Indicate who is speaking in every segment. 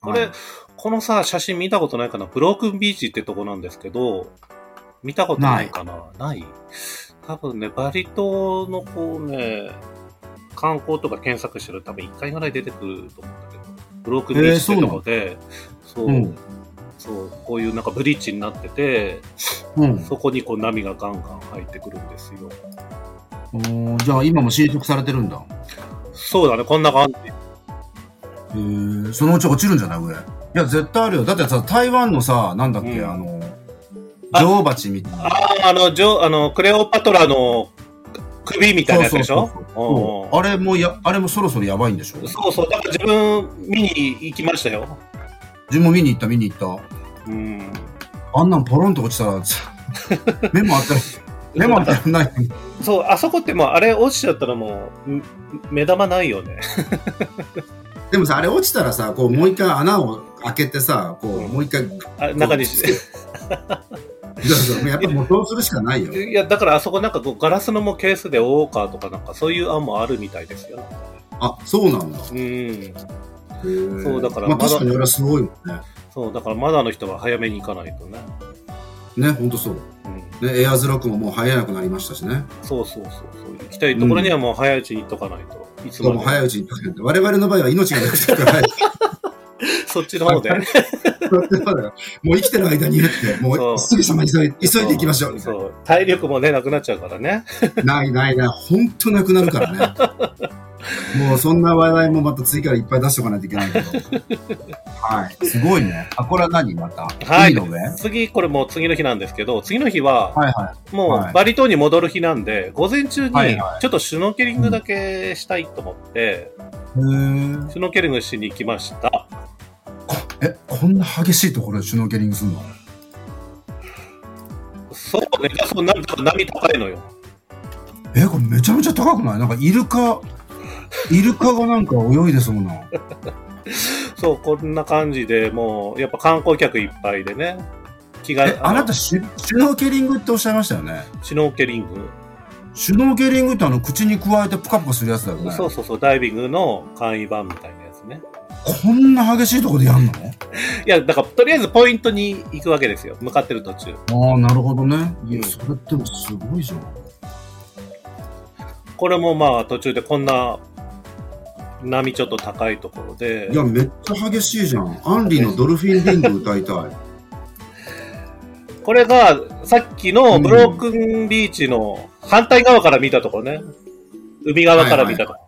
Speaker 1: これ、
Speaker 2: はい
Speaker 1: このさ、写真見たことないかなブロークンビーチってとこなんですけど、見たことないかなない多分ね、バリ島のこうね、観光とか検索してると多分1回ぐらい出てくると思うんだけど、ブロークンビーチってとこで、そう、
Speaker 2: うん。
Speaker 1: そう、こういうなんかブリッジになってて、
Speaker 2: うん。
Speaker 1: そこにこう波がガンガン入ってくるんですよ。
Speaker 2: おーじゃあ今も侵食されてるんだ。
Speaker 1: そうだね、こんな感じ。
Speaker 2: へえ、そのうち落ちるんじゃない上。いや、絶対あるよ。だってさ、台湾のさ、なんだっけ、
Speaker 1: うん
Speaker 2: あの、
Speaker 1: あ
Speaker 2: 女王蜂みたいな。
Speaker 1: ああ、あの、ジョ、あの、クレオパトラの首みたいなやつでしょ
Speaker 2: そうそう
Speaker 1: う
Speaker 2: そ
Speaker 1: んうん
Speaker 2: うあれもや、あれもそろそろやばいんでしょ自
Speaker 1: そうそう、だから自分見に行きましたよ。
Speaker 2: 分も見に行った、見に行った。
Speaker 1: うん。
Speaker 2: あんなんポロンと落 ちたら、目もあったら、目もあったらない。
Speaker 1: そう、あそこってもうあれ落ちちゃったらもう、ん目玉ないよね。
Speaker 2: でもさ、あれ落ちたらさ、こう、もう一回穴を開けてさ、こう、もう 一回、
Speaker 1: あ中にして。
Speaker 2: そうそうやっぱもうそうするしかないよ。
Speaker 1: いや、だからあそこなんかこうガラスのもうケースで覆おうかとかなんかそういう案もあるみたいですよ。
Speaker 2: あ、そうなんだ。
Speaker 1: うん。
Speaker 2: そう
Speaker 1: だから
Speaker 2: まあ
Speaker 1: まだ
Speaker 2: 確かにあれはすごいよね。
Speaker 1: そう、だからマナーの人は早めに行かないとね。
Speaker 2: ね、ほんとそう。
Speaker 1: うん。
Speaker 2: ね、エアーズラックももう入れなくなりましたしね。
Speaker 1: そうそうそうそう。行きたいところにはもう早いうちに行っとかないと。いつ
Speaker 2: どうも
Speaker 1: も
Speaker 2: 早いうちに助けて。我々の場合は命がなくてから、
Speaker 1: そっちの方で。
Speaker 2: もう生きてる間に言って、もうすぐさま急い 急いでいきましょう。みたい
Speaker 1: そう。体力もね、なくなっちゃうからね。
Speaker 2: なないないない、ほんとなくなるからね。もうそんな話題もまた次からいっぱい出しておかないといけないけど。はい。すごいね。あ、これは何また。
Speaker 1: はい
Speaker 2: 海の上はい
Speaker 1: 次、これもう次の日なんですけど、次の日は、
Speaker 2: は
Speaker 1: も
Speaker 2: はいう
Speaker 1: バリ島に戻る日なんで、午前中に
Speaker 2: はいは
Speaker 1: ちょっとシュノーケリングだけしたいと思って、
Speaker 2: い。へー
Speaker 1: シュノーケリングしに行きました。
Speaker 2: え、こんな激しいところでシュノーケリングするの
Speaker 1: そうね、そうなんか波高いのよ。
Speaker 2: えこれめちゃめちゃ高くないなんかイルカイルカがなんか泳いでそうな
Speaker 1: そう、こんな感じで、もう、やっぱ観光客いっぱいでね、気が、
Speaker 2: えあなた
Speaker 1: の
Speaker 2: シュシュノーケリングっておっしゃいましたよね
Speaker 1: シュノーケリング、
Speaker 2: シュノーケリングってあの口にくわえてプカプカするやつだよね
Speaker 1: そうそうそう、ダイビングの簡易版みたいなやつね。
Speaker 2: こんな激しいとこでやん
Speaker 1: い
Speaker 2: の
Speaker 1: や、だから、とりあえずポイントに行くわけですよ。向かってる途中。
Speaker 2: ああなるほどねい
Speaker 1: うん
Speaker 2: やそれってもすごいじゃん
Speaker 1: これもまあ、途中でこんな、波ちょっと高いところで。
Speaker 2: いやめっちゃ激しいじゃんアンリのドルフィンリング歌いたい
Speaker 1: これが、さっきのブロークンビーチの反対側から見たところね。海側から見たところ。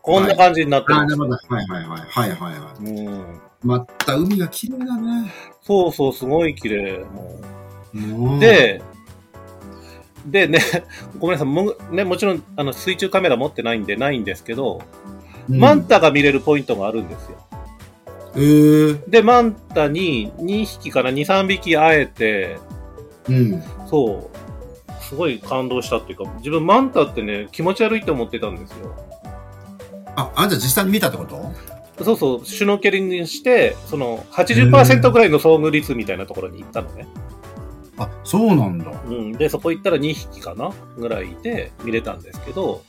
Speaker 1: こんな感じになって
Speaker 2: ああ
Speaker 1: ます。
Speaker 2: なるほどはいはいはいはいはいはい
Speaker 1: うん、
Speaker 2: また海が綺麗だね
Speaker 1: そうそう、すごい綺麗。も
Speaker 2: も
Speaker 1: う
Speaker 2: う
Speaker 1: で、でね、 ごめんなさい、もね、もちろんあの水中カメラ持ってないんでないんですけど、
Speaker 2: うん
Speaker 1: マンタが見れるポイントがあるんですよ。
Speaker 2: えー、
Speaker 1: で、マンタに2匹から2、3匹会えて、
Speaker 2: うん
Speaker 1: そう、すごい感動したっていうか、自分マンタってね、気持ち悪いと思ってたんですよ。
Speaker 2: ああんた実際に見たってこと
Speaker 1: そうそう、シュノーケリングして、その80%ぐらいの遭遇率みたいなところに行ったのね。
Speaker 2: あそうなんだ
Speaker 1: うん、で、そこ行ったら2匹かなぐらいいて見れたんですけど、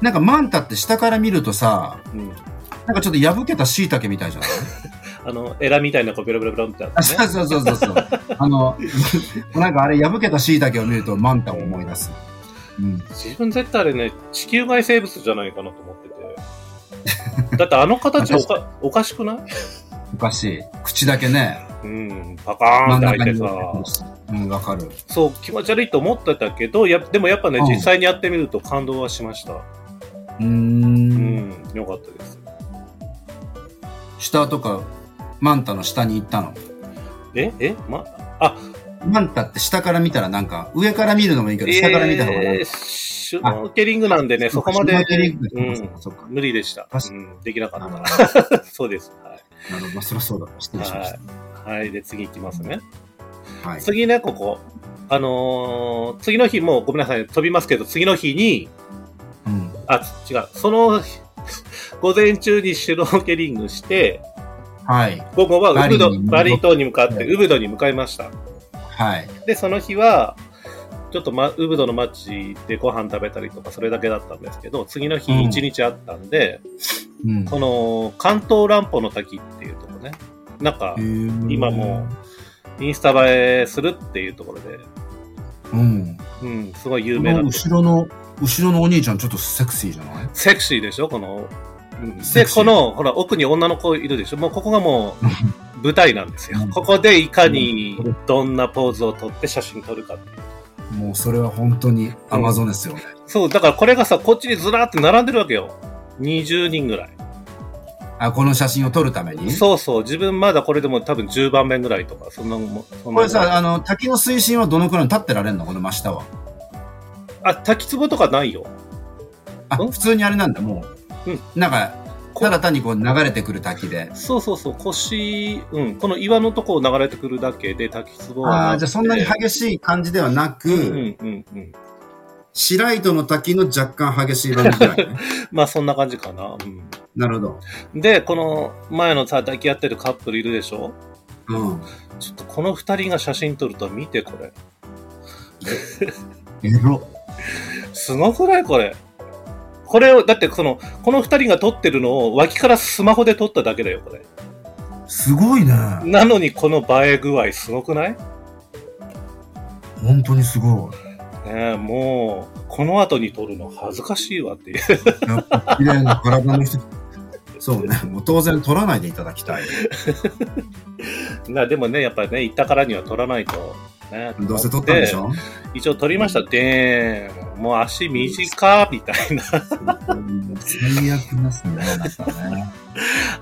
Speaker 2: なんかマンタって下から見るとさ、
Speaker 1: うん、
Speaker 2: なんかちょっと破けた椎茸みたいじゃない
Speaker 1: あの、エラみたいなこうベロベロベロってあ
Speaker 2: あ
Speaker 1: って
Speaker 2: そ
Speaker 1: ね
Speaker 2: う。そうそうそうそう。あの、 なんかあれ破けた椎茸を見るとマンタを思い出す。うん。
Speaker 1: 自分絶対あれね、地球外生物じゃないかなと思ってて。だってあ の形おかおかしくない
Speaker 2: おかしい。口だけね、
Speaker 1: うん、パカーン
Speaker 2: 真
Speaker 1: っ
Speaker 2: ん
Speaker 1: て開い
Speaker 2: 中
Speaker 1: て
Speaker 2: に
Speaker 1: さ、
Speaker 2: 置いてるうん、わかる。
Speaker 1: そう、気持ち悪いと思ってたけど、やでもやっぱね、
Speaker 2: うん
Speaker 1: 実際にやってみると感動はしました。
Speaker 2: うー。
Speaker 1: うんん、よかったです。
Speaker 2: 下とか、マンタの下に行ったの。
Speaker 1: ええま、あ、
Speaker 2: マンタって下から見たらなんか、上から見るのもいいけど、下から見た方がなん
Speaker 1: えー
Speaker 2: か
Speaker 1: シュノーケリングなんでね、そこま
Speaker 2: 下
Speaker 1: で
Speaker 2: だ、けで行く
Speaker 1: う
Speaker 2: そっ
Speaker 1: ん
Speaker 2: か、そっか。
Speaker 1: 無理でした。
Speaker 2: 確
Speaker 1: う
Speaker 2: か
Speaker 1: ん、できなか
Speaker 2: なるほ
Speaker 1: っ
Speaker 2: ど
Speaker 1: た。そうです。はい。
Speaker 2: なるほど。まあ、そりゃそうだ。失礼しまし
Speaker 1: はい。はい。で、次行きますね。
Speaker 2: た。はい。
Speaker 1: 次ね、ここ。あのー次の日もうごめんなさい、飛びますけど、次の日に、
Speaker 2: うん。
Speaker 1: あ、違う、その、午前中にシュノーケリングして、
Speaker 2: はい。
Speaker 1: 午後はウブド、バ
Speaker 2: バリに
Speaker 1: リ島に向かって、
Speaker 2: はい
Speaker 1: ウブドに向かいました。
Speaker 2: はい。
Speaker 1: で、その日は、ちょっと、ま、ウブドの街でご飯食べたりとか、それだけだったんですけど、次の日
Speaker 2: うん
Speaker 1: 一日あったんで、
Speaker 2: うん。
Speaker 1: この、関東乱歩の滝っていうとこね、なんか
Speaker 2: へ、ー
Speaker 1: 今もインスタ映えするっていうところで、
Speaker 2: うん。こ
Speaker 1: うん、すごい有名な
Speaker 2: の
Speaker 1: んで
Speaker 2: 後ろの、後ろのお兄ちゃんちょっとセクシーじゃない
Speaker 1: セクシーでしょこの。うん
Speaker 2: セ
Speaker 1: で、
Speaker 2: クシ
Speaker 1: こ
Speaker 2: ー
Speaker 1: の、ほら、奥に女の子いるでしょもうここがも う舞台なんですよ
Speaker 2: う。ん
Speaker 1: ここでいかにどんなポーズを撮って写真撮るかっていう。
Speaker 2: もうそれは本当にアマゾンですよね。
Speaker 1: そう、だからこれがさ、こっちにずらーって並んでるわけよ。20人ぐらい。
Speaker 2: あ、この写真を撮るために
Speaker 1: そうそう、自分まだこれでも多分10番目ぐらいとか、そんなもんそんな
Speaker 2: こ
Speaker 1: も
Speaker 2: れ
Speaker 1: ん
Speaker 2: さ、あの、滝の水深はどのくらい立ってられるのこの真下は。
Speaker 1: あ、滝壺とかないよ。
Speaker 2: あ、
Speaker 1: うん
Speaker 2: 普通にあれなんだ、もう。
Speaker 1: うん
Speaker 2: なんか、ただ単にこう流れてくる滝で。
Speaker 1: そうそうそう、腰、うん、この岩のとこを流れてくるだけで滝壺は
Speaker 2: ああ、じゃあそんなに激しい感じではなく、
Speaker 1: うんうんうん。
Speaker 2: 白糸の滝の若干激しい感じぐら いね。
Speaker 1: まあそんな感じかな。うん
Speaker 2: なるほど。
Speaker 1: で、この前のさ、抱き合ってるカップルいるでしょ
Speaker 2: うん。
Speaker 1: ちょっとこの二人が写真撮ると見てこれ。
Speaker 2: エロ。
Speaker 1: すごくないこれ。これを、だってその、この二人が撮ってるのを脇からスマホで撮っただけだよ、これ。
Speaker 2: すごいね。
Speaker 1: なのにこの映え具合すごくないね
Speaker 2: 本当にすご
Speaker 1: え、もう、この後に撮るの恥ずかしいわっていう。
Speaker 2: い。やっぱ綺麗な体の人。そうね。もう当然取らないでいただきたい。
Speaker 1: なでもね、やっぱりね、行ったからには撮らないと。ね、
Speaker 2: どうせ取ったんでしょ
Speaker 1: 一応撮りました。でーん。もう足短みたいな。
Speaker 2: うん最悪ですね。なんかね。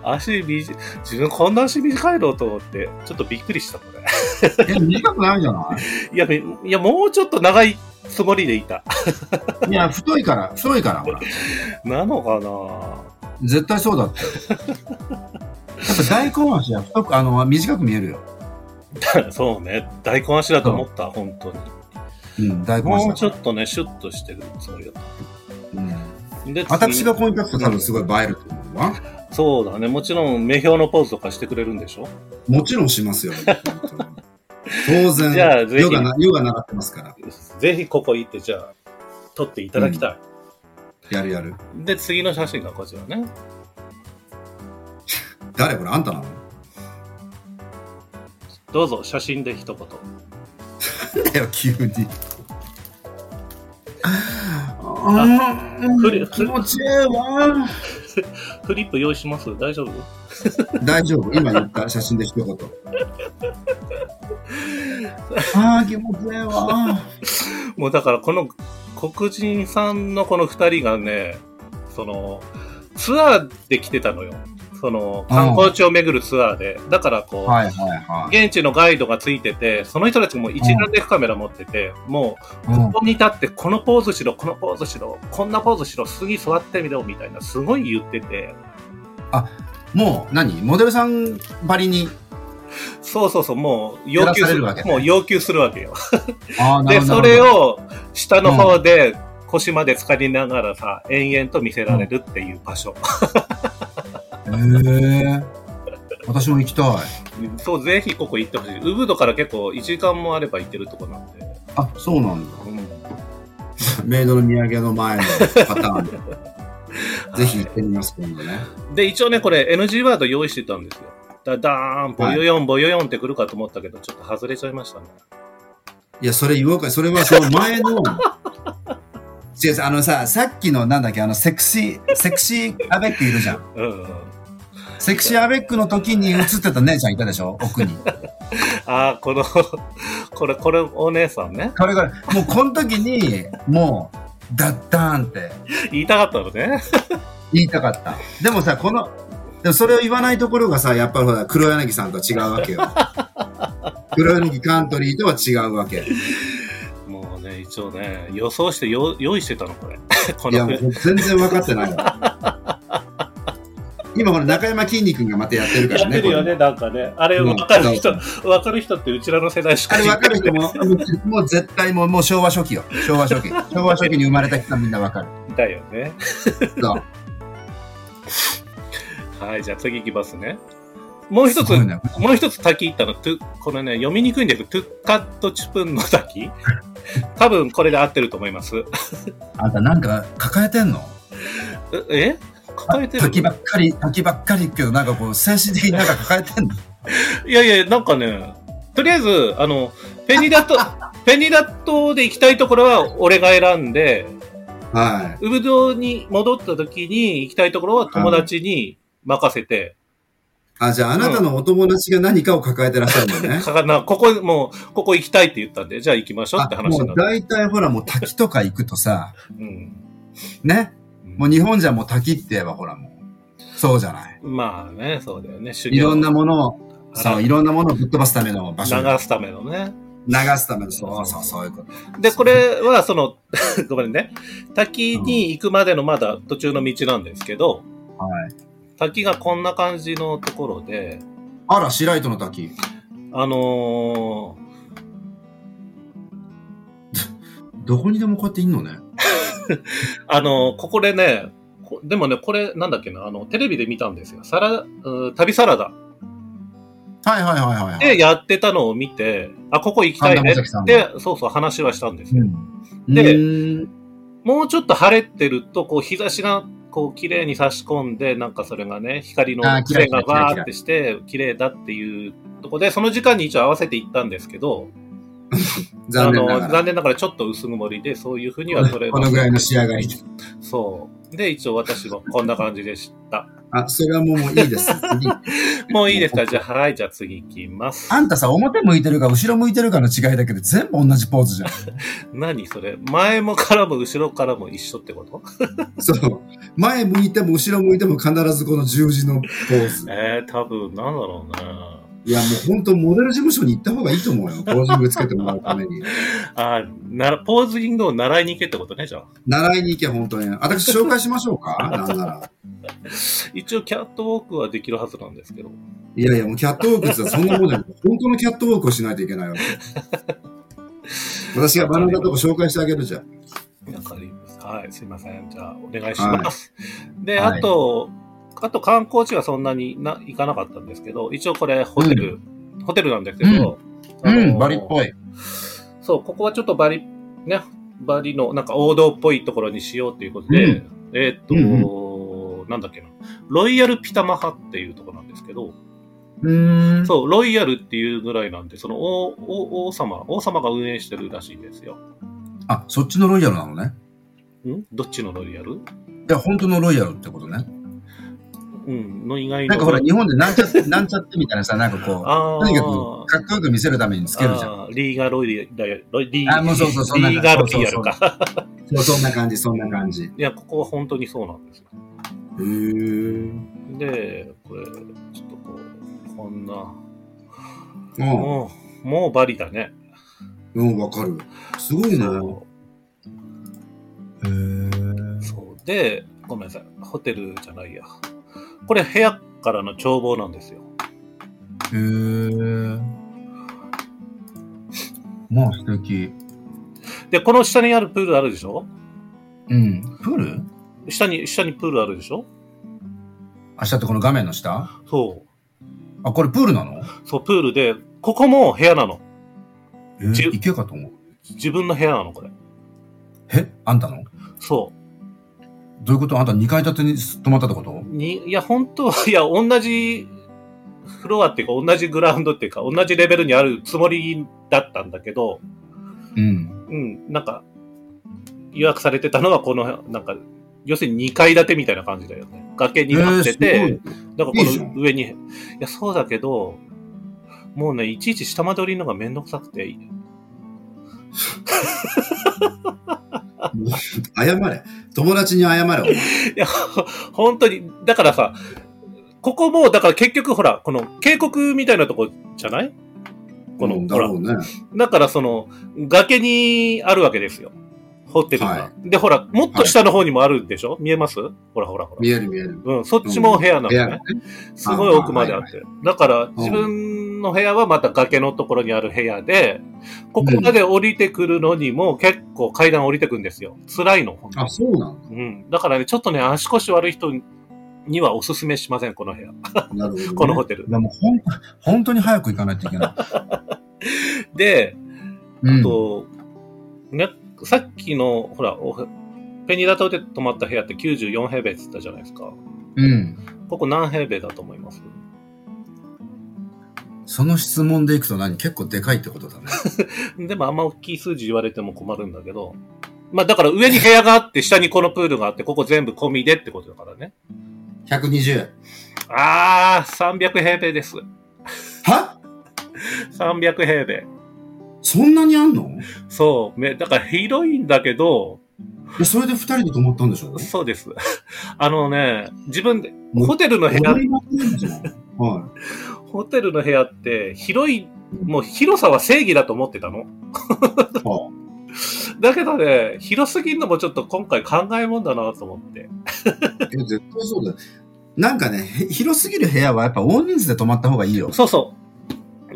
Speaker 1: 足短い、自分こんな足短いのと思って、ちょっとびっくりした、これ。
Speaker 2: え、短くないんじゃない
Speaker 1: いや、めいや、もうちょっと長いつもりでいた。
Speaker 2: いや、太いから、太いから、ほら。
Speaker 1: なのかな
Speaker 2: 絶対そうだって。やっぱ大根足は太く、あの、短く見えるよ。
Speaker 1: ぁそうね。大根足だと思った、本当に。
Speaker 2: うん、大根足だから。
Speaker 1: もうちょっとね、シュッとしてるつもりだっ
Speaker 2: うん。
Speaker 1: た。で、
Speaker 2: 私
Speaker 1: 次
Speaker 2: がここに立つと多分すごい映えると思うわ。
Speaker 1: そうだね。もちろん、目標のポーズとかしてくれるんでしょ
Speaker 2: もちろんしますよ。本当に当
Speaker 1: じゃあ
Speaker 2: 然、
Speaker 1: ぜひ
Speaker 2: ヨガな、ヨガ習ってますから。
Speaker 1: ぜひここ行って、じゃあ、撮っていただきたい。
Speaker 2: やるやる。
Speaker 1: で、次の写真がこちらね。
Speaker 2: 誰これあんたなの
Speaker 1: どうぞ、写真で一言。
Speaker 2: なんだよ、急に。あ
Speaker 1: ふり
Speaker 2: ー気持ちいいわ。
Speaker 1: フリップ用意します大丈夫
Speaker 2: 大丈夫、今言った写真で一言。ああ、気持ちいいわ。
Speaker 1: もうだからこの黒人さんのこの二人がね、その、ツアーで来てたのよ。その、観光地を巡るツアーで。だからこう、
Speaker 2: はいはいはい。
Speaker 1: 現地のガイドがついてて、その人たちも一眼レフカメラ持ってて、も
Speaker 2: う
Speaker 1: う、ここに立って、このポーズしろ、このポーズしろ、こんなポーズしろ、次座ってみろ、みたいな、すごい言ってて。
Speaker 2: んもう何モデルさんばりに。
Speaker 1: そうそうそう、もう、要求す
Speaker 2: やらされ
Speaker 1: る、
Speaker 2: るわけね
Speaker 1: もう要求するわけよ。
Speaker 2: ああ、な
Speaker 1: で、
Speaker 2: るほど。
Speaker 1: それを、下の方で、腰まで浸かりながらさ、延々と見せられるっていう場所。
Speaker 2: へえ。私も行きたい。
Speaker 1: そう、ぜひここ行ってほしい。ウブドから結構1時間もあれば行けるとこなんで。
Speaker 2: あ、そうなんだ。
Speaker 1: うん、
Speaker 2: メイドの土産の前のパターンで。 ぜひ行ってみます、今度ね。
Speaker 1: で、一応ね、これ NG ワード用意してたんですよ。だダーン、ボヨヨン、ボヨヨンって来るかと思ったけど、ちょっと外れちゃいましたね。
Speaker 2: いや、それ言おうか。それはその前の。 違う違う、あのさ、さっきのなんだっけ、あの、セクシー、セクシーアベックいるじゃん。
Speaker 1: うん、うん。
Speaker 2: セクシーアベックの時に映ってた姉ちゃんいたでしょ奥に。
Speaker 1: ああ、この、 これ、これお姉さんね。
Speaker 2: これこれ。もうこの時に、もう、ダッダーンって
Speaker 1: 言いたかったのね。
Speaker 2: 言いたかった。でもさ、この、でもそれを言わないところがさ、やっぱりほら、黒柳さんとは違うわけよ。 黒柳カントリーとは違うわけ。
Speaker 1: もうね、一応ね、予想してよ用意してたの、これ。 こ
Speaker 2: いや、
Speaker 1: の
Speaker 2: もう全然分かってないわ。今ほら、中山きんに君がまたやってるか
Speaker 1: や
Speaker 2: ら
Speaker 1: って
Speaker 2: ね。
Speaker 1: るよね、なんかね。あれ、
Speaker 2: うん
Speaker 1: わかる人、わかる人ってうちらの世代し
Speaker 2: こ
Speaker 1: か
Speaker 2: れあれ
Speaker 1: いない
Speaker 2: 分かる人も、もう絶対もうもう昭和初期よ。昭和初期。昭和初期に生まれた人はみんな分かる。
Speaker 1: だよね。
Speaker 2: そう。
Speaker 1: はい、じゃあ次行きますね。もう一つ、
Speaker 2: すごいね
Speaker 1: もう一つ滝行ったの、トゥこれね、読みにくいんですけど、トゥッカットチュプンの 滝多分これで合ってると思います。
Speaker 2: あんたなんか抱えてんの
Speaker 1: ええ抱えてる
Speaker 2: 滝ばっかり、滝ばっかり言うけど、なんかこう、精神的になんか抱えてんの
Speaker 1: いやいや、なんかね、とりあえず、あの、ペニ ダ島、ペニダ島で行きたいところは俺が選んで、
Speaker 2: は
Speaker 1: ウブドウに戻った時に行きたいところは友達に任せて、
Speaker 2: い。あ、じゃああなたのお友達が何かを抱えてらっしゃるもん ね。
Speaker 1: かかなここ、もう、ここ行きたいって言ったんで、じゃあ行きましょうって
Speaker 2: あ
Speaker 1: 話
Speaker 2: も
Speaker 1: にな
Speaker 2: う
Speaker 1: る。
Speaker 2: 大体ほらもう滝とか行くとさ、
Speaker 1: うん。
Speaker 2: ね。もう日本じゃもう滝って言えばほらもう、そうじゃない。
Speaker 1: まあね、そうだよね。修
Speaker 2: いろんな
Speaker 1: も
Speaker 2: ものを、そう、いろんなものをぶっ飛ばすための場所。
Speaker 1: 流すためのね。
Speaker 2: 流すための、そうそう、そういうこと。
Speaker 1: で、これは、その、 ごめんね。滝に行くまでのまだ途中の道なんですけど、
Speaker 2: はい。
Speaker 1: 滝がこんな感じのところで、
Speaker 2: あら、白糸の滝。
Speaker 1: あの
Speaker 2: どこにでもこうやっていんのね。
Speaker 1: ー、あのーここでね、こでもね、これ、なんだっけな、あの、テレビで見たんですよ。サラ、うー旅サラダ
Speaker 2: はいはいはいはい、はい。
Speaker 1: でやってたのを見て、あ、ここ行きたいね
Speaker 2: 神田正輝さん
Speaker 1: って、そうそう話はしたんです
Speaker 2: う
Speaker 1: よ。
Speaker 2: ん、
Speaker 1: で
Speaker 2: うーん
Speaker 1: もうちょっと晴れてると、こう、日差しが、こう、綺麗に差し込んで、なんかそれがね、光の
Speaker 2: あーキラ
Speaker 1: 線
Speaker 2: キラ
Speaker 1: が
Speaker 2: キラキラ
Speaker 1: バーってして、綺麗だっていうとこで、その時間に一応合わせて行ったんですけど、
Speaker 2: 残念な
Speaker 1: あの、
Speaker 2: が
Speaker 1: 残念ながらちょっと薄曇りで、そういうふうには撮れ
Speaker 2: ら。
Speaker 1: ま
Speaker 2: こ
Speaker 1: せ
Speaker 2: の
Speaker 1: ん
Speaker 2: ぐらいの仕上がり。
Speaker 1: そう。で、一応私はこんな感じでした。
Speaker 2: あ、それはもうもういいです。次。
Speaker 1: もういいですかじゃあ、はい、じゃあ次行きます。
Speaker 2: あんたさ、表向いてるか後ろ向いてるかの違いだけで全部同じポーズじゃん。
Speaker 1: 何それ前もからも後ろからも一緒ってこと
Speaker 2: そう。前向いても後ろ向いても必ずこの十字のポーズ。
Speaker 1: えー、多分、なんだろうない
Speaker 2: や、もう本当モデル事務所に行った方がいいと思うよ。ポージングつけてもらうために。
Speaker 1: あーなら、ポーズイングを習いに行けってことね、じゃあ。
Speaker 2: 習いに行け、本当に。私紹介しましょうかなんなら。
Speaker 1: 一応、キャットウォークはできるはずなんですけど。
Speaker 2: いやいや、もうキャットウォークって言ったらそんなもんじゃない。本当のキャットウォークをしないといけ ないわけ。私が学んだとこ紹介してあげるじゃん。
Speaker 1: わかります。はい、すいません。じゃあ、お願いします。で、
Speaker 2: はい
Speaker 1: あと、あと観光地はそんなにな行かなかったんですけど、一応これホテル、ホテルなんですけど、あの
Speaker 2: い。
Speaker 1: そう、ここはちょっとバリ、ね、バリのなんか王道っぽいところにしようということで、
Speaker 2: う
Speaker 1: えーっと、なんだっけな、ロイヤルピタマハっていうところなんですけど、
Speaker 2: うーん。
Speaker 1: そう、ロイヤルっていうぐらいなんで、その王王王様、王様が運営してるらしいんですよ。
Speaker 2: あ、そっちのロイヤルなのね。
Speaker 1: んどっちのロイヤル
Speaker 2: いや、本当のロイヤルってことね。
Speaker 1: うん、の意外の。
Speaker 2: なんかほら、日本でなんちゃって、 なんちゃってみたいなさ、なんかこ
Speaker 1: あー
Speaker 2: う、とにかく、かっこよく見せるためにつけるじゃん。
Speaker 1: あーリーガロイヤル、ロイリ
Speaker 2: あもうそうそうそんな
Speaker 1: リーガロ
Speaker 2: そ
Speaker 1: イ
Speaker 2: う
Speaker 1: ヤ
Speaker 2: そ
Speaker 1: ル
Speaker 2: うそう
Speaker 1: か。
Speaker 2: そう、そんな感じ、そんな感じ。へ
Speaker 1: いや、ここは本当にそうなんですよ。
Speaker 2: ー。
Speaker 1: で、これ、ちょっとこう、こんな、
Speaker 2: うん。
Speaker 1: もう、もうバリだね。
Speaker 2: うん、わかる。すごいな。
Speaker 1: そ
Speaker 2: へー
Speaker 1: う。そう。で、ごめんなさい。ホテルじゃないや。これ部屋からの眺望なんですよ。
Speaker 2: へー。まあ素敵。
Speaker 1: で、この下にあるプールあるでしょ
Speaker 2: うん。プール
Speaker 1: 下に、下にプールあるでしょ
Speaker 2: あ、下ってこの画面の下
Speaker 1: そ
Speaker 2: あ、これプールなの
Speaker 1: う。そう、プールで、ここも部屋なの。
Speaker 2: えー
Speaker 1: じゅ
Speaker 2: 池かと思う。
Speaker 1: 自分の部屋なの、これ。
Speaker 2: えあんたの
Speaker 1: そう。
Speaker 2: どういうことあんた2階建てにす泊まったってこと
Speaker 1: に、いや、本当は、い や、同じフロアっていうか、同じグラウンドっていうか、同じレベルにあるつもりだったんだけど、
Speaker 2: うん。
Speaker 1: うん、なんか、予約されてたのは、この、なんか、要するに2階建てみたいな感じだよね。崖になってて、
Speaker 2: えーす
Speaker 1: なんかこ
Speaker 2: いいじゃん
Speaker 1: の上に、いや、そうだけど、もうね、いちいち下まで降りるのがめんどくさくて、
Speaker 2: ごい謝れ。友達に謝れ。お前
Speaker 1: いや、 本当に、だからさ、ここも、だから結局ほら、この渓谷みたいなとこじゃないこの、
Speaker 2: うん
Speaker 1: ほ
Speaker 2: だ
Speaker 1: ら
Speaker 2: ろ、うね。
Speaker 1: だからその、崖にあるわけですよ。ホテルが。
Speaker 2: は
Speaker 1: で、ほら、もっと下の方にもあるでしょ、見えますほらほらほら。
Speaker 2: 見える見える。
Speaker 1: うん、そっちも部屋なの
Speaker 2: 部屋が
Speaker 1: ね
Speaker 2: ね。。
Speaker 1: すごい奥まであって。だから、自分の部屋はまた崖のところにある部屋で、ここまで降りてくるのにも結構階段降りてくんですよ。辛いの、本当
Speaker 2: あ、そうなの
Speaker 1: うん。だからね、ちょっとね、足腰悪い人にはおすすめしません、この部屋。
Speaker 2: なるほど、ね。
Speaker 1: このホテル
Speaker 2: い。やもうほん、本当に早く行かないといけない。
Speaker 1: で、
Speaker 2: うん
Speaker 1: あと、ね、さっきの、ほら、おペニダ島で泊まった部屋って94平米って言ったじゃないですか。
Speaker 2: うん。
Speaker 1: ここ何平米だと思います
Speaker 2: その質問でいくと何結構でかいってこ とだね。
Speaker 1: でもあんま大きい数字言われても困るんだけど。まあだから上に部屋があって、下にこのプールがあって、ここ全部込みでってことだからね。
Speaker 2: 120。
Speaker 1: あー、300平米です。
Speaker 2: は
Speaker 1: 300平米。
Speaker 2: そんなにあんの
Speaker 1: そう。めだから広いんだけど、
Speaker 2: えそれで二人で泊まったんでしょ
Speaker 1: そうです。あのね、自分で、
Speaker 2: も
Speaker 1: ホテルの部屋
Speaker 2: 踊、りまくるじゃんは
Speaker 1: ホテルの部屋って広い、もう広さは正義だと思ってたの。
Speaker 2: い。は
Speaker 1: だけどね、広すぎるのもちょっと今回考えもんだなと思って。
Speaker 2: いえ絶対そうだよ。なんかね、へ広すぎる部屋はやっぱ大人数で泊まった方がいいよ。
Speaker 1: そうそう。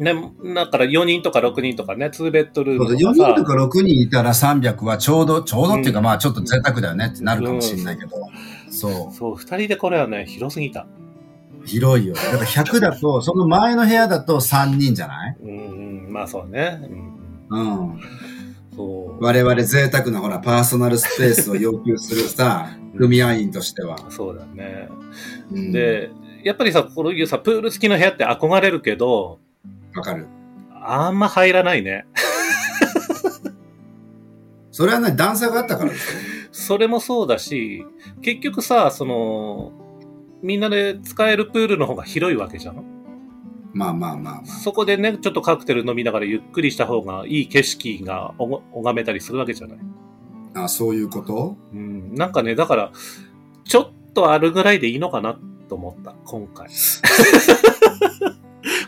Speaker 1: ね、だから4人とか6人とかね、2ベッドルー
Speaker 2: 4
Speaker 1: ム
Speaker 2: 人と
Speaker 1: とかさ、
Speaker 2: か6人いたら300はちょうど、ちょうどっていうか、まあちょっと贅沢だよねってなるかもしれないけど。そ
Speaker 1: そう、2人でこれはね、広すぎた。
Speaker 2: う。広いよ。だから100だと、その前の部屋だと3人じゃない
Speaker 1: うんうん、まあそうね。うん、
Speaker 2: うん。
Speaker 1: そう。
Speaker 2: 我々贅沢なほら、パーソナルスペースを要求するさ、組合員としては。
Speaker 1: そうだね。
Speaker 2: うん、
Speaker 1: で、やっぱりさ、こういうさ、プール付きの部屋って憧れるけど、
Speaker 2: わかる。
Speaker 1: あんま入らないね。
Speaker 2: それはね、段差があったからですよ。
Speaker 1: それもそうだし、結局さ、その、みんなで使えるプールの方が広いわけじゃん。
Speaker 2: まあまあまあまあ。
Speaker 1: そこでね、ちょっとカクテル飲みながらゆっくりした方がいい景色がおご拝めたりするわけじゃない。
Speaker 2: あそういうこと
Speaker 1: うん、なんかね、だから、ちょっとあるぐらいでいいのかなと思った、今回。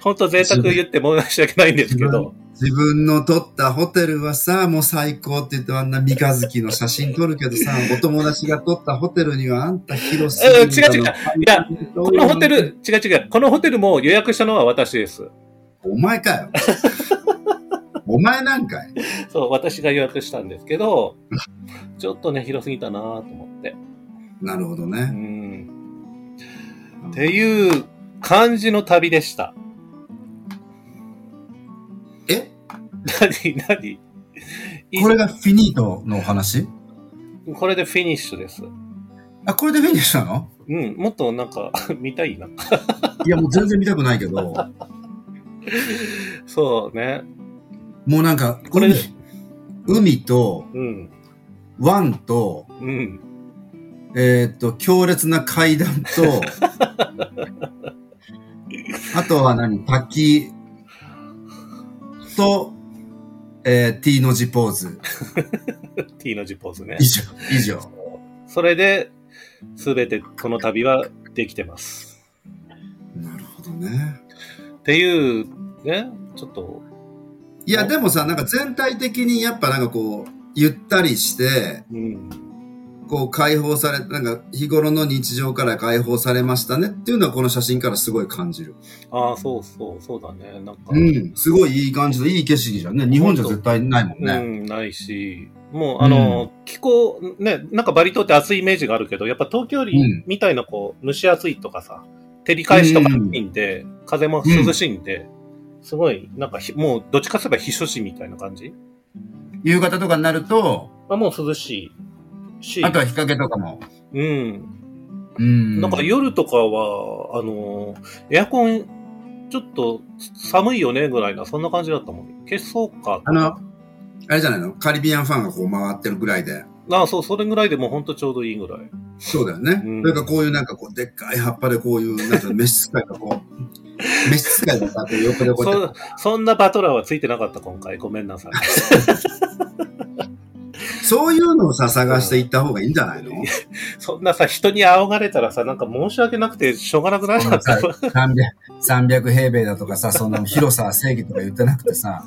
Speaker 1: 本当贅沢言って申し訳ないんですけど。
Speaker 2: 自分の撮ったホテルはさ、もう最高って言ってあんな三日月の写真撮るけ どさ、お友達が撮ったホテルにはあんた広すぎるんだろ。
Speaker 1: え違う違ういやこのホテル、違う違う、このホテルも予約したのは私です。
Speaker 2: お前かよ。お前なんかい。
Speaker 1: そう、私が予約したんですけど、ちょっとね、広すぎたなと思って。
Speaker 2: なるほど
Speaker 1: う
Speaker 2: ね。
Speaker 1: ん。っていう感じの旅でした。
Speaker 2: え
Speaker 1: 何何
Speaker 2: これがフィニートのお話
Speaker 1: これでフィニッシュです。
Speaker 2: あ、これでフィニッシュなの
Speaker 1: うん、もっとなんか、 見たいな。
Speaker 2: いや、もう全然見たくないけど、も
Speaker 1: そうね。
Speaker 2: うなんか、
Speaker 1: これ
Speaker 2: 海海と、
Speaker 1: うん。
Speaker 2: 湾と、
Speaker 1: うん。
Speaker 2: えーっと、強烈な階段 と、あとは何滝と、えー、T の字ポーズ。
Speaker 1: T の字ポーズね
Speaker 2: 以。上、以上。
Speaker 1: それで、すべてこの旅はできてます。
Speaker 2: なるほどね。
Speaker 1: っていう、ね、ちょっと、
Speaker 2: いや、でもさ、なんか全体的にやっぱなんかこう、ゆったりして、
Speaker 1: うん。
Speaker 2: こう解放され、なんか日頃の日常から解放されましたねっていうのはこの写真からすごい感じる。
Speaker 1: ああ、そうそう、そうだね。なんか、
Speaker 2: うん、すごいいい感じのいい景色じゃんね。日本じゃ絶対ないもん
Speaker 1: う
Speaker 2: ね。
Speaker 1: ん、ないし、もう、あの、気候、ね、なんかバリ島って暑いイメージがあるけど、やっぱ東京よ
Speaker 2: うん
Speaker 1: りみたいな、こう、蒸し暑いとかさ、照り返しとか
Speaker 2: うん
Speaker 1: いいんで、風も涼しいんで、すごい、なんかひ、もう、どっちかすれば避暑地みたいな感じ
Speaker 2: 夕方とかになると、
Speaker 1: あもう涼しいし、
Speaker 2: あとは日陰とかも。
Speaker 1: うん。
Speaker 2: うん
Speaker 1: なんか夜とかは、あの、エアコン、ちょっと寒いよねぐらいな、そんな感じだったもん。消そうか。
Speaker 2: あの、あれじゃないのカリビアンファンがこう回ってるぐらいで。
Speaker 1: ああ、そう、それぐらいでもうほんとちょうどいいぐらい。
Speaker 2: そうだよね。
Speaker 1: うん
Speaker 2: それからこういうなんかこう、でっかい葉っぱでこういう、なんか召使いがこう、 召使いがさ、こう横でこうやっ
Speaker 1: そそんなバトラーはついてなかった今回ごめんな さい
Speaker 2: て。そういうのをさ、探していった方がいいんじゃないの
Speaker 1: そんなさ人に仰がれたらさなんか申し訳なくてしょうがなくなっちゃった
Speaker 2: 300, 300平米だとかさ、その広さ、正義とか言ってなくてさ、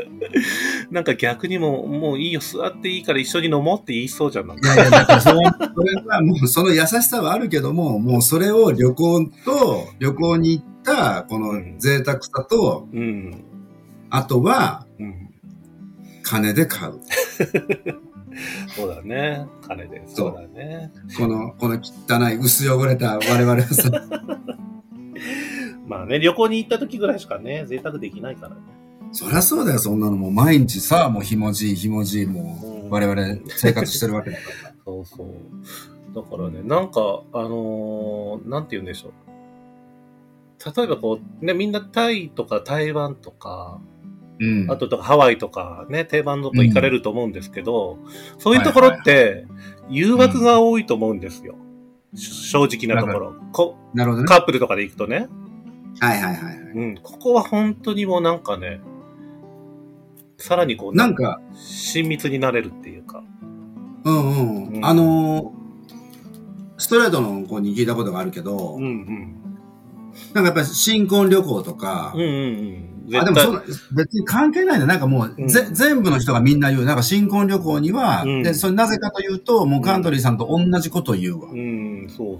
Speaker 1: なんか逆にもうもういいよ座っていいから一緒に飲もうって言いそうじゃんなん
Speaker 2: い
Speaker 1: か
Speaker 2: やいや、だからそれそれはもうその優しさはあるけども、もうそれを旅行と、旅行に行った、この贅沢さと、
Speaker 1: うん、
Speaker 2: あとは
Speaker 1: うん、
Speaker 2: 金で買う。
Speaker 1: そうだね金で
Speaker 2: そ
Speaker 1: そううだね
Speaker 2: この、この汚い、薄汚れた我々はさ、
Speaker 1: まあね旅行に行った時ぐらいしかね贅沢できないからね
Speaker 2: そりゃそうだよ、そんなのもう毎日さ、もうひもじい、ひもじい、
Speaker 1: う
Speaker 2: も
Speaker 1: ん
Speaker 2: う我々生活してるわけだか
Speaker 1: そうそうだからねなんかあのー、なんて言うんでしょう例えばこう、ね、みんなタイとか台湾とか、
Speaker 2: うん。
Speaker 1: あととかハワイとかね、定番のとこ行かれると思うんですけど、そういうところって誘惑が多いと思うんですよ。し正直なところ。こ
Speaker 2: なるほどね。
Speaker 1: カップルとかで行くとね。
Speaker 2: はいはいはい。
Speaker 1: うん、ここは本当にもうなんかね、さらにこう、
Speaker 2: なんか、
Speaker 1: 親密になれるっていうか。
Speaker 2: うんうん。
Speaker 1: うん
Speaker 2: あのーストレートの子に聞いたことがあるけど、
Speaker 1: うんうん。
Speaker 2: なんかやっぱり新婚旅行とか、
Speaker 1: うんうんうん。
Speaker 2: あで
Speaker 1: 絶
Speaker 2: も
Speaker 1: 対。
Speaker 2: そう別に関係ないんだ。なんかもう、
Speaker 1: うん
Speaker 2: ぜ全部の人がみんな言う。なんか新婚旅行には、
Speaker 1: うん
Speaker 2: で、それなぜかというと、もうカントリーさんと同じことを言うわ。
Speaker 1: うん、そうそう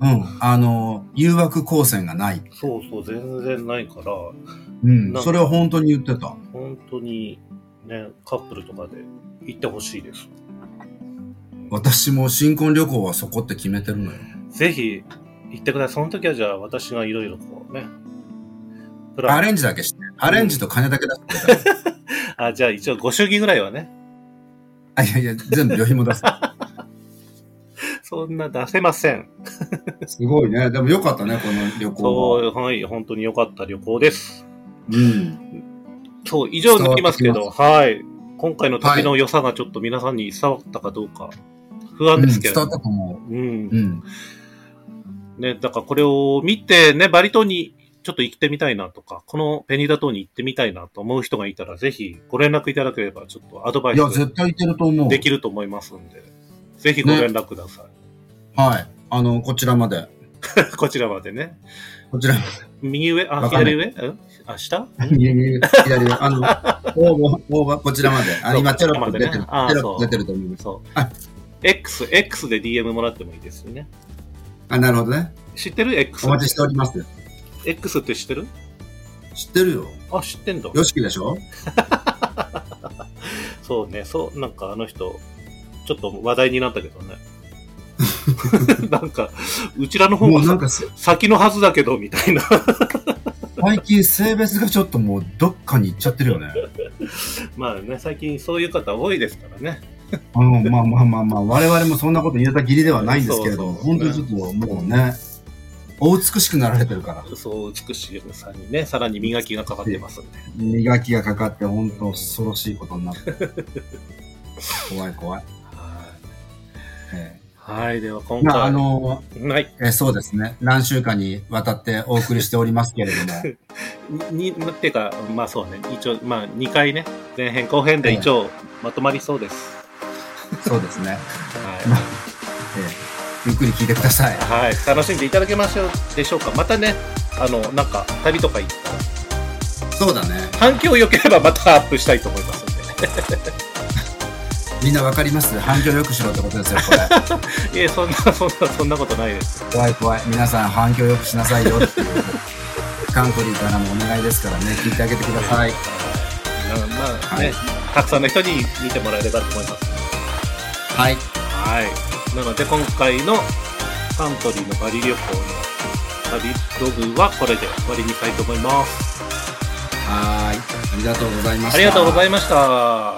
Speaker 2: うん。あの、誘惑光線がない。
Speaker 1: そう。そうそう、全然ないから、
Speaker 2: うん
Speaker 1: なんか
Speaker 2: それは本当に言ってた。
Speaker 1: 本当にね、カップルとかで行ってほしいです。
Speaker 2: 私も新婚旅行はそこって決めてるのよ。
Speaker 1: ぜひ行ってください。その時はじゃあ私がいろいろこうね、プ
Speaker 2: ア
Speaker 1: ラン、
Speaker 2: レンジだけして。アレンジと金だけ出して。
Speaker 1: あ、じゃあ一応ご祝儀ぐらいはね、
Speaker 2: あ、いやいや、全部旅費も出す。
Speaker 1: そんな出せません。
Speaker 2: すごいね。でもよかったね、この旅行は。
Speaker 1: そう、はい、本当に良かった旅行です。
Speaker 2: うん。
Speaker 1: そう、以上になりますけど、はい。今回の旅
Speaker 2: は
Speaker 1: の良さがちょっと皆さんに伝わったかどうか、不
Speaker 2: う
Speaker 1: 安
Speaker 2: ん、
Speaker 1: ですけ
Speaker 2: 伝わ
Speaker 1: ど、
Speaker 2: ったと思
Speaker 1: うん、
Speaker 2: う。うん。
Speaker 1: ね、だからこれを見て、ね、バリ島にちょっと行ってみたいなとか、このペニダ島に行ってみたいなと思う人がいたら、ぜひご連絡いただければ、ちょっとアドバイ
Speaker 2: いや、
Speaker 1: ス
Speaker 2: 絶対いけると思う。
Speaker 1: できると思いますんで、ぜひご連絡くださ
Speaker 2: はい。あの、こちらまで。
Speaker 1: い。こちらまでね。
Speaker 2: こち ら
Speaker 1: 右上、あ、
Speaker 2: わかんな
Speaker 1: 左
Speaker 2: い
Speaker 1: 上うんあ、下
Speaker 2: 右右左上あの、応募、応募、こちらまで。あ、今、テロップ出てる。
Speaker 1: こ
Speaker 2: テ
Speaker 1: ちらまでねあ
Speaker 2: ロップ出てると思います。
Speaker 1: そう。
Speaker 2: はい
Speaker 1: X、X で DM もらってもいいですよね。
Speaker 2: あ、なるほどね。
Speaker 1: 知ってる ?X
Speaker 2: お。待ちしております。
Speaker 1: X って知ってる
Speaker 2: 知ってるよ。
Speaker 1: あ、知ってんだ。
Speaker 2: よしきでしょ
Speaker 1: そうね、そう、なんかあの人、ちょっと話題になったけ どね。なんか、うちらの方
Speaker 2: もうなん
Speaker 1: が
Speaker 2: か、せ
Speaker 1: 先のはずだけど、みたいな。
Speaker 2: 最近性別がちょっともう、どっかに行っちゃってるよね。
Speaker 1: まあね、最近そういう方多いですからね。
Speaker 2: うん、まあまあまあまあ、我々もそんなこと言えた義理ではないんですけれ
Speaker 1: そ
Speaker 2: ど、
Speaker 1: うそう
Speaker 2: 本当にちょっともうね、お美しくなられてるから、
Speaker 1: そう、美しいさんにね、さらに磨きがかかってますんで。
Speaker 2: 磨きがかかって本当恐ろしいことになってる。怖い怖い。
Speaker 1: はい
Speaker 2: え
Speaker 1: はい、では今
Speaker 2: えまあ、あ
Speaker 1: 回。
Speaker 2: の、
Speaker 1: はい。
Speaker 2: えーそうですね。何週間にわたってお送りしておりますけれども。
Speaker 1: に、にっていうか、まあそうね、一応、まあ2回ね、前編後編で一応まとまりそうです。
Speaker 2: そうです
Speaker 1: は
Speaker 2: ね。ええゆっくり聞いてください。
Speaker 1: い。はい。楽しんでいただけましょうでしょうか。またね、あの、なんか、旅とか行ったら、
Speaker 2: そうだね。
Speaker 1: 反響良ければまたアップしたいと思いますんで。
Speaker 2: みんなわかります反響よくしろってことですよ、これ。
Speaker 1: いえ、そんな、そんな、そんなことないです。
Speaker 2: 怖い怖い。皆さん反響よくしなさい よっていう。カントリーからもお願いですからね、聞いてあげてください。
Speaker 1: うんまあ
Speaker 2: は
Speaker 1: ね、
Speaker 2: い。
Speaker 1: たくさんの人に見てもらえればと思います。
Speaker 2: はい。
Speaker 1: はい。なので、今回のサントリーのバリ旅行の旅ログはこれで終わりにしたいと思います。
Speaker 2: はーい。ありがとうございました。
Speaker 1: ありがとうございました。